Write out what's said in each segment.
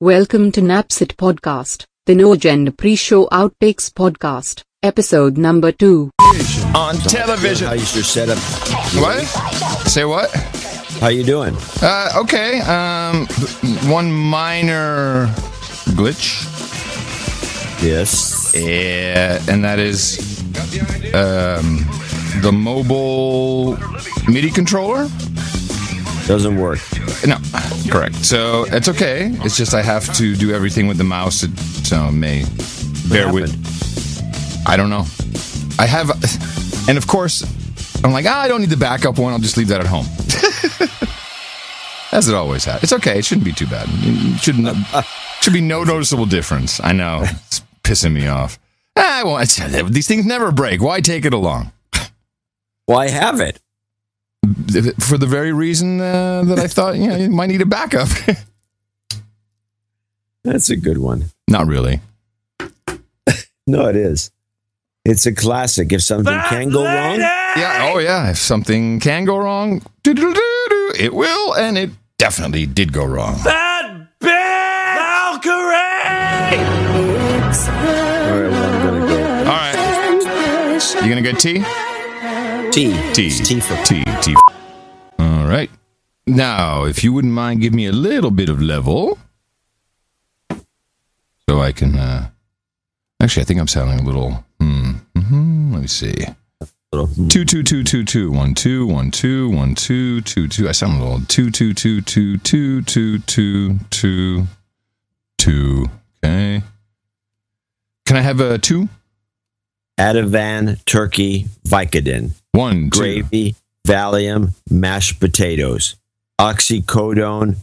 Welcome to Napsit Podcast, the No Agenda Pre Show Outtakes Podcast, episode number two. on television. How is your setup? What? Say what? How you doing? Uh, okay. Um, one minor glitch. Yes. Yeah, and that is um, the mobile MIDI controller. Doesn't work. No, correct. So it's okay. It's just I have to do everything with the mouse, so it may bear with. I don't know. I have, and of course, I'm like, ah, I don't need the backup one. I'll just leave that at home. As it always has. It's okay. It shouldn't be too bad. It should not, should be no noticeable difference. I know it's pissing me off. Ah, well, it's, these things never break. Why take it along? Well, I have it. For the very reason uh, that I thought, you know, you might need a backup. That's a good one. not really. No, it is. It's a classic. If something can go wrong, Yeah. Oh, yeah. If something can go wrong, doo-doo-doo-doo, it will, and it definitely did go wrong. all right, well, I'm gonna go. All right. You gonna get tea? T. Tea. It's T for Tea. Tea. All right. Now, if you wouldn't mind, give me a little bit of level, so I can. uh Actually, I think I'm sounding a little. Hmm. hmm let me see. little. Two two two two two one two one two one two two two. I sound a little two two two two two two two two two. Okay. Can I have a two? Ativan, turkey, Vicodin, One, two. gravy, Valium, mashed potatoes, oxycodone,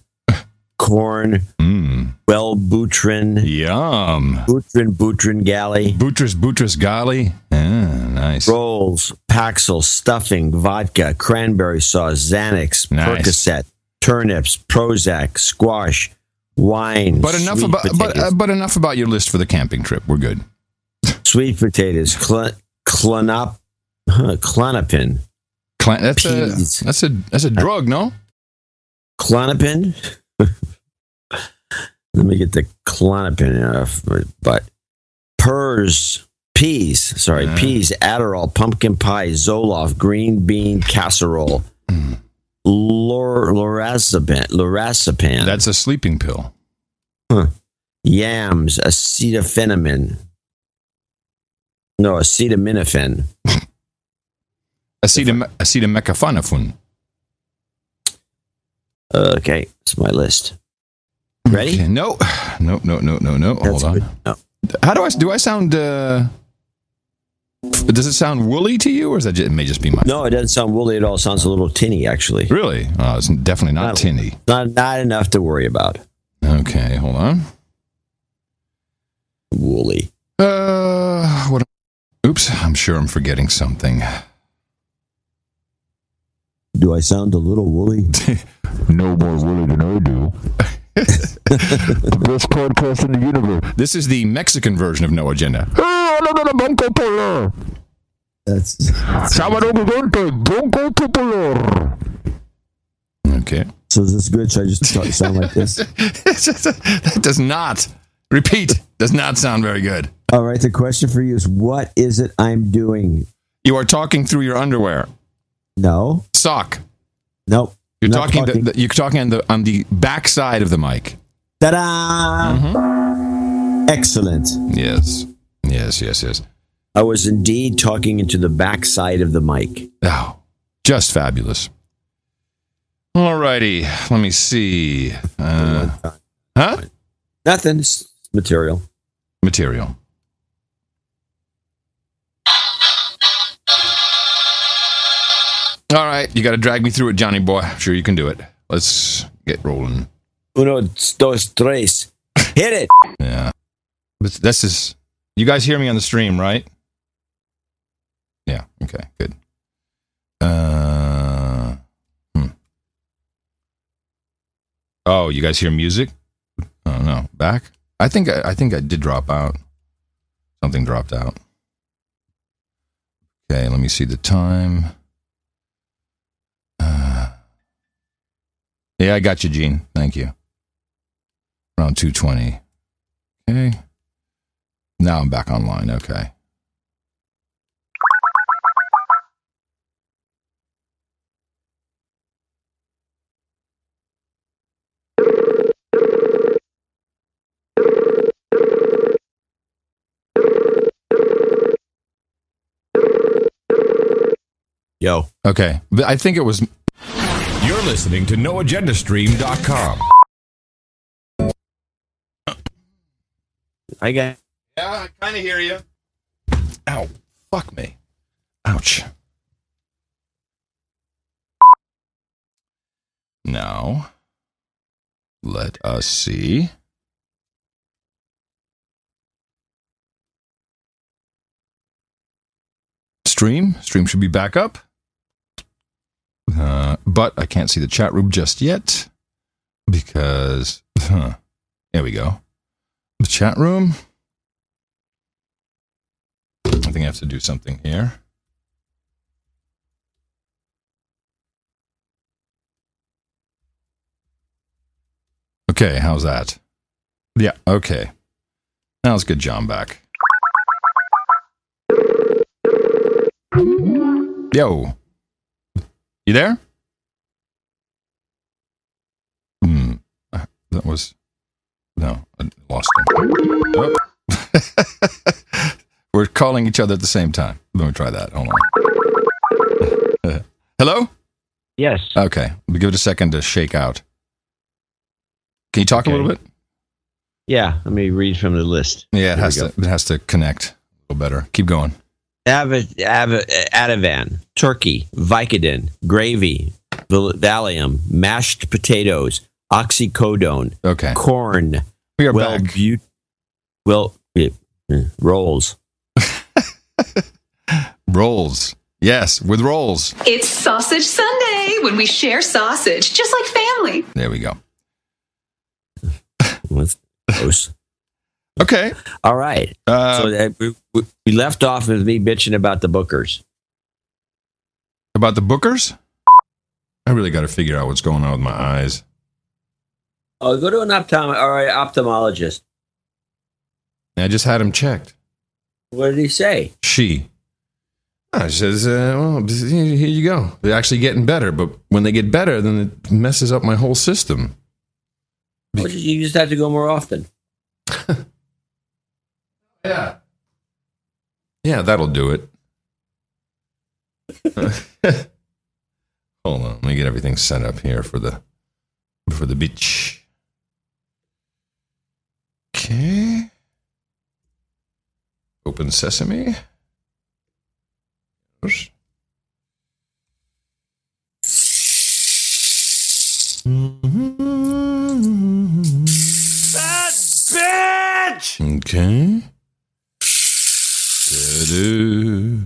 corn, Mm, Wellbutrin, yum. Butrin, Butrin galley, Buttress, Buttress, golly. Ah, nice. rolls, Paxil, stuffing, vodka, cranberry sauce, Xanax, Nice. Percocet, turnips, Prozac, squash, wine. But enough sweet about but, potatoes, uh, but enough about your list for the camping trip. We're good. sweet potatoes, cl- clonop, huh, clonopin, Cla- that's Peas. a that's a that's a drug, no? clonopin. Let me get the clonopin off my butt. Purs, peas, sorry, Yeah. peas, Adderall, pumpkin pie, Zoloft, green bean casserole, Hmm. lor- lorazepam, lorazepam. That's a sleeping pill. yams, acetaminophen. No, acetaminophen. Acetam- acetamecafonofun. Okay, it's my list. Ready? Okay, No, no, no, no, no, no. Hold That's on. good. Oh, How do I do? I sound. Uh, f- does it sound woolly to you, or is that just, it may just be my? No, it doesn't sound woolly at all. It sounds a little tinny, actually. Really? Oh, it's definitely not Not- tinny. Not not enough to worry about. Okay, hold on. Woolly. Uh, what? Oops, I'm sure I'm forgetting something. Do I sound a little woolly? no more woolly than I do. the best podcast in the universe. Ah, This is the Mexican version of No Agenda. Hey, habla de Banco Polar. That's Sábado gigante, Banco Popular. Okay. so. Is this good? Should I just sound like this? that does not repeat. Does not sound very good. All right. The question for you is: What is it I'm doing? You are talking through your underwear No, sock. nope. You're Not talking. The, the- you're talking on the on the back side of the mic. Ta-da! Mm-hmm. Excellent. Yes. Yes. Yes. Yes. I was indeed talking into the backside of the mic. Oh, just fabulous. Alrighty, let me see. Uh, huh? Nothing. It's material. Material. All right, you got to drag me through it, Johnny boy. I'm sure you can do it. Let's get rolling. Uno, dos, tres. Hit it. Yeah. But this is you guys hear me on the stream, right? Yeah, okay, good. Uh hmm. Oh, you guys hear music? Oh no. Back? I think I, I think I did drop out. Something dropped out. Okay, let me see the time. Uh, yeah, I got you, Gene. Thank you. around 220. Okay. Now I'm back online. Okay. Yo. Okay. But I think it was You're listening to NoAgendaStream.com. I got Yeah, I kind of hear you. Ow. Fuck me. Ouch. Now, let us see. Stream. Stream should be back up. Uh, but I can't see the chat room just yet because. Huh, there we go. The chat room. I think I have to do something here. Okay, how's that? Yeah, okay. Now let's get John back. Yo. You there? Hmm. uh, That was. No, I lost Oh. him. Oh. We're calling each other at the same time. Let me try that. Hold on. Hello? yes. Okay. We'll give it a second to shake out. Can you talk a Okay. little bit? yeah, let me read from the list. Yeah, it Here has we to it has to connect a little better. Keep going. Av- Av- Ativan, turkey, Vicodin, gravy, Val- Valium, mashed potatoes, oxycodone, Okay. corn, We are well, back. but- well, eh, eh, rolls. Rolls. Yes, with rolls. It's Sausage Sunday when we share sausage, just like family. There we go. That's gross. Okay. All right. Uh, so that we, we- we left off with me bitching about the bookers. about the bookers? I really got to figure out what's going on with my eyes. Oh, go to an optom- or an ophthalmologist. I just had him checked. What did he say? She. Ah, she says, uh, well, here you go. They're actually getting better, but when they get better, then it messes up my whole system. Well, just- you just have to go more often. Yeah. Yeah, that'll do it. Hold on, let me get everything set up here for the for the beach. Okay. Open sesame. Okay. Du-du,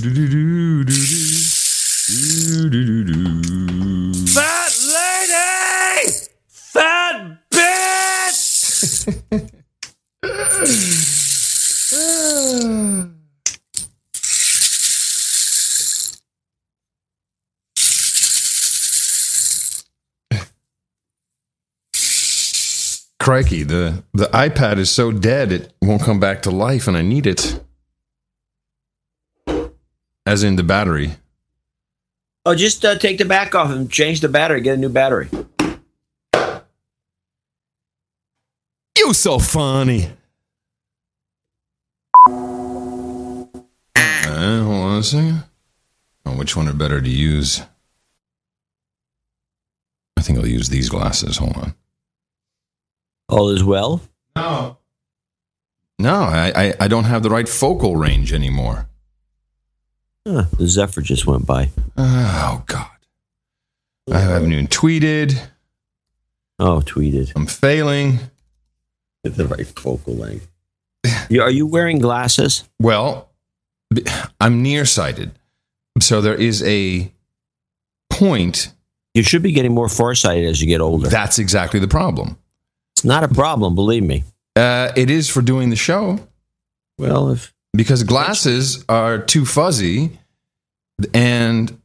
du-du-du, du-du. Du-du-du-du. Crikey, the, the iPad is so dead it won't come back to life, and I need it. As in the battery. Oh, just uh, take the back off and change the battery. Get a new battery. You so funny. Uh, hold on a second. Oh, which one are better to use? I think I'll use these glasses. Hold on. All is well. No. No, I, I, I don't have the right focal range anymore. Huh, the Zephyr just went by. Oh, God. I haven't even tweeted. Oh, tweeted. I'm failing. At the right focal length. You- Are you wearing glasses? Well, b- I'm nearsighted. So there is a point. You should be getting more farsighted as you get older. That's exactly the problem. It's not a problem, believe me. Uh, it is for doing the show Well, if because glasses are too fuzzy and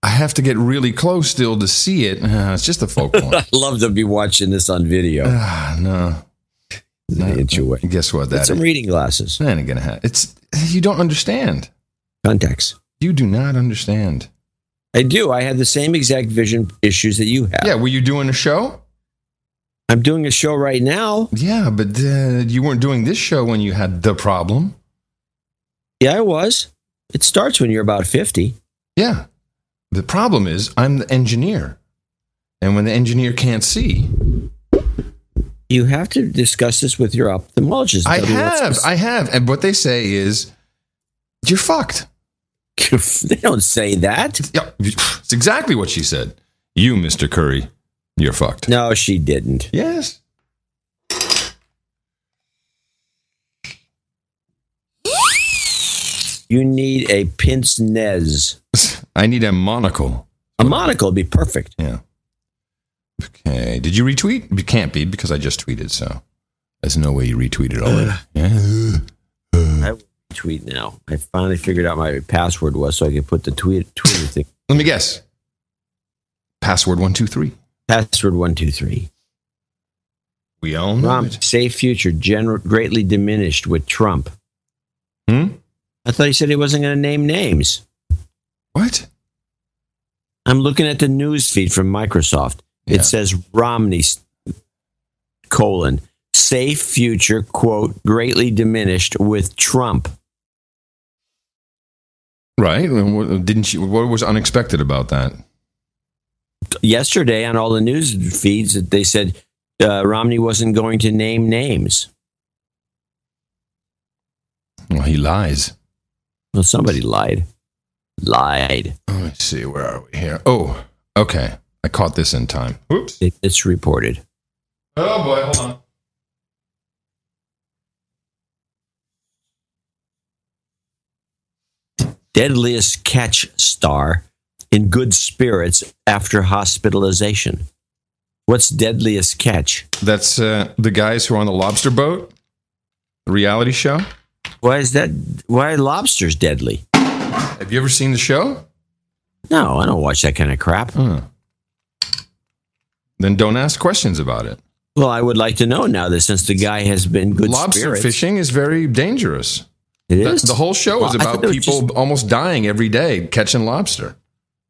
I have to get really close still to see it. Uh, it's just a folk one. I'd love to be watching this on video. Ah, no. It's an inch away. Guess what? Get That's some reading glasses. not gonna happen. It's you don't understand. Contacts. You do not understand. I do. I have the same exact vision issues that you have. Yeah, were you doing a show? I'm doing a show right now. Yeah, but uh, you weren't doing this show when you had the problem. Yeah, I was. It starts when you're about 50. Yeah. The problem is I'm the engineer. And when the engineer can't see, You have to discuss this with your ophthalmologist. I Tell me what's have, I have. And what they say is, you're fucked. they don't say that. Yeah, it's exactly what she said. You, Mr. Curry, you're fucked. No, she didn't. Yes. You need a pince nez. I need a monocle. A monocle would be perfect. Yeah. Okay. Did you retweet? You can't be because I just tweeted, so there's no way you retweeted already. yeah. I will tweet now. I finally figured out my password was so I could put the tweet Twitter thing. Let me guess. Password one two three. Password one two three. We all know Rom, it. safe future gener- greatly diminished with Trump. Hmm? I thought he said he wasn't going to name names. What? I'm looking at the news feed from Microsoft. Yeah. It says Romney s- colon safe future quote greatly diminished with Trump. Right? And what- Didn't you? What was unexpected about that? Yesterday on all the news feeds that they said uh, Romney wasn't going to name names. Well, he lies. Well, somebody lied. Lied. Let me see. Where are we here? Oh, okay. I caught this in time. Whoops. It, it's reported. Oh boy, hold on. Deadliest catch star in good spirits after hospitalization. What's deadliest catch? That's uh, the guys who are on the lobster boat, the reality show. Why is that? Why are lobsters deadly? Have you ever seen the show? No, I don't watch that kind of crap. Huh. Then don't ask questions about it. Well, I would like to know now that since the guy has been good lobster spirits, fishing is very dangerous. It The, is the whole show is Well, I thought about it was people just- almost dying every day catching lobster.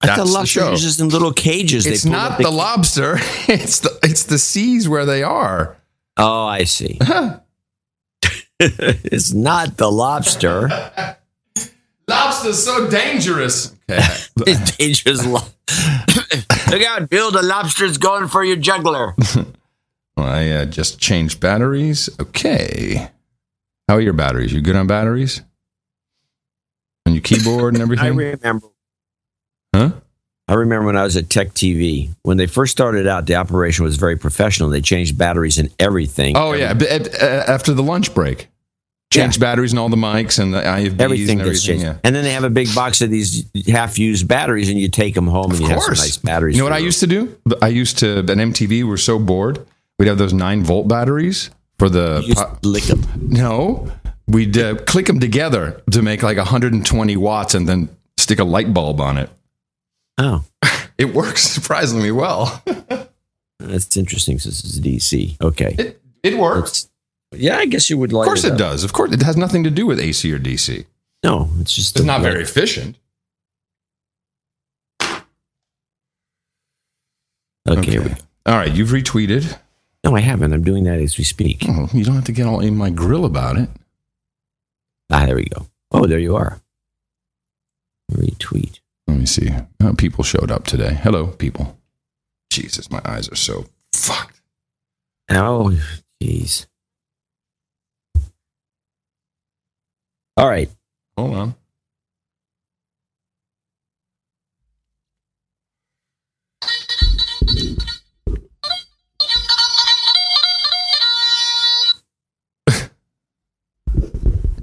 I that's thought the lobsters show. are just in little cages. It's pull not up the lobster. It's the it's the seas where they are. Oh, I see. it's not the lobster. Lobster's so dangerous. Okay. It's dangerous. Lo- Look out, Bill! The lobster's going for your juggler. I uh, just changed batteries. Okay. How are your batteries? You good on batteries? On your keyboard and I everything? remember. huh? I remember when I was at Tech TV. When they first started out, the operation was very professional. They changed batteries and everything. Oh, yeah. b- ab- uh, after the lunch break. Change batteries and all the mics and the IFBs everything and gets everything. changed. yeah. And then they have a big box of these half-used batteries, and you take them home Of and you have course. some nice batteries. You know what for I your- used to do? I used to, at MTV, we were so bored. We'd have those nine volt batteries for the. You used po- to lick 'em. no. We'd uh, click them together to make like 120 watts and then stick a light bulb on it. Oh, It works surprisingly well. that's interesting. Since it's DC, okay. It, it works. It's- yeah, I guess you would like. Of course it up. does. Of course, it has nothing to do with AC or DC. No, it's just It's the not light. very efficient. Okay. here we go. All right, you've retweeted. No, I haven't. I'm doing that as we speak. Oh, you don't have to get all in my grill about it. Ah, there we go. Oh, there you are. Retweet. Let me see. Oh, people showed up today. Hello, people. Jesus, my eyes are so fucked. Oh, jeez. All right. Hold on.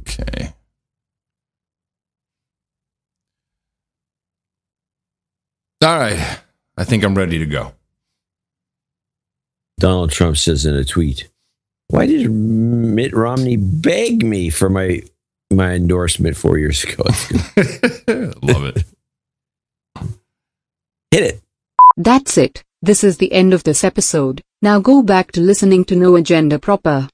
okay. All right. I think I'm ready to go. Donald Trump says in a tweet, "Why did Mitt Romney beg me for my my endorsement four years ago?" Love it. Hit it. That's it. This is the end of this episode. Now go back to listening to No Agenda proper.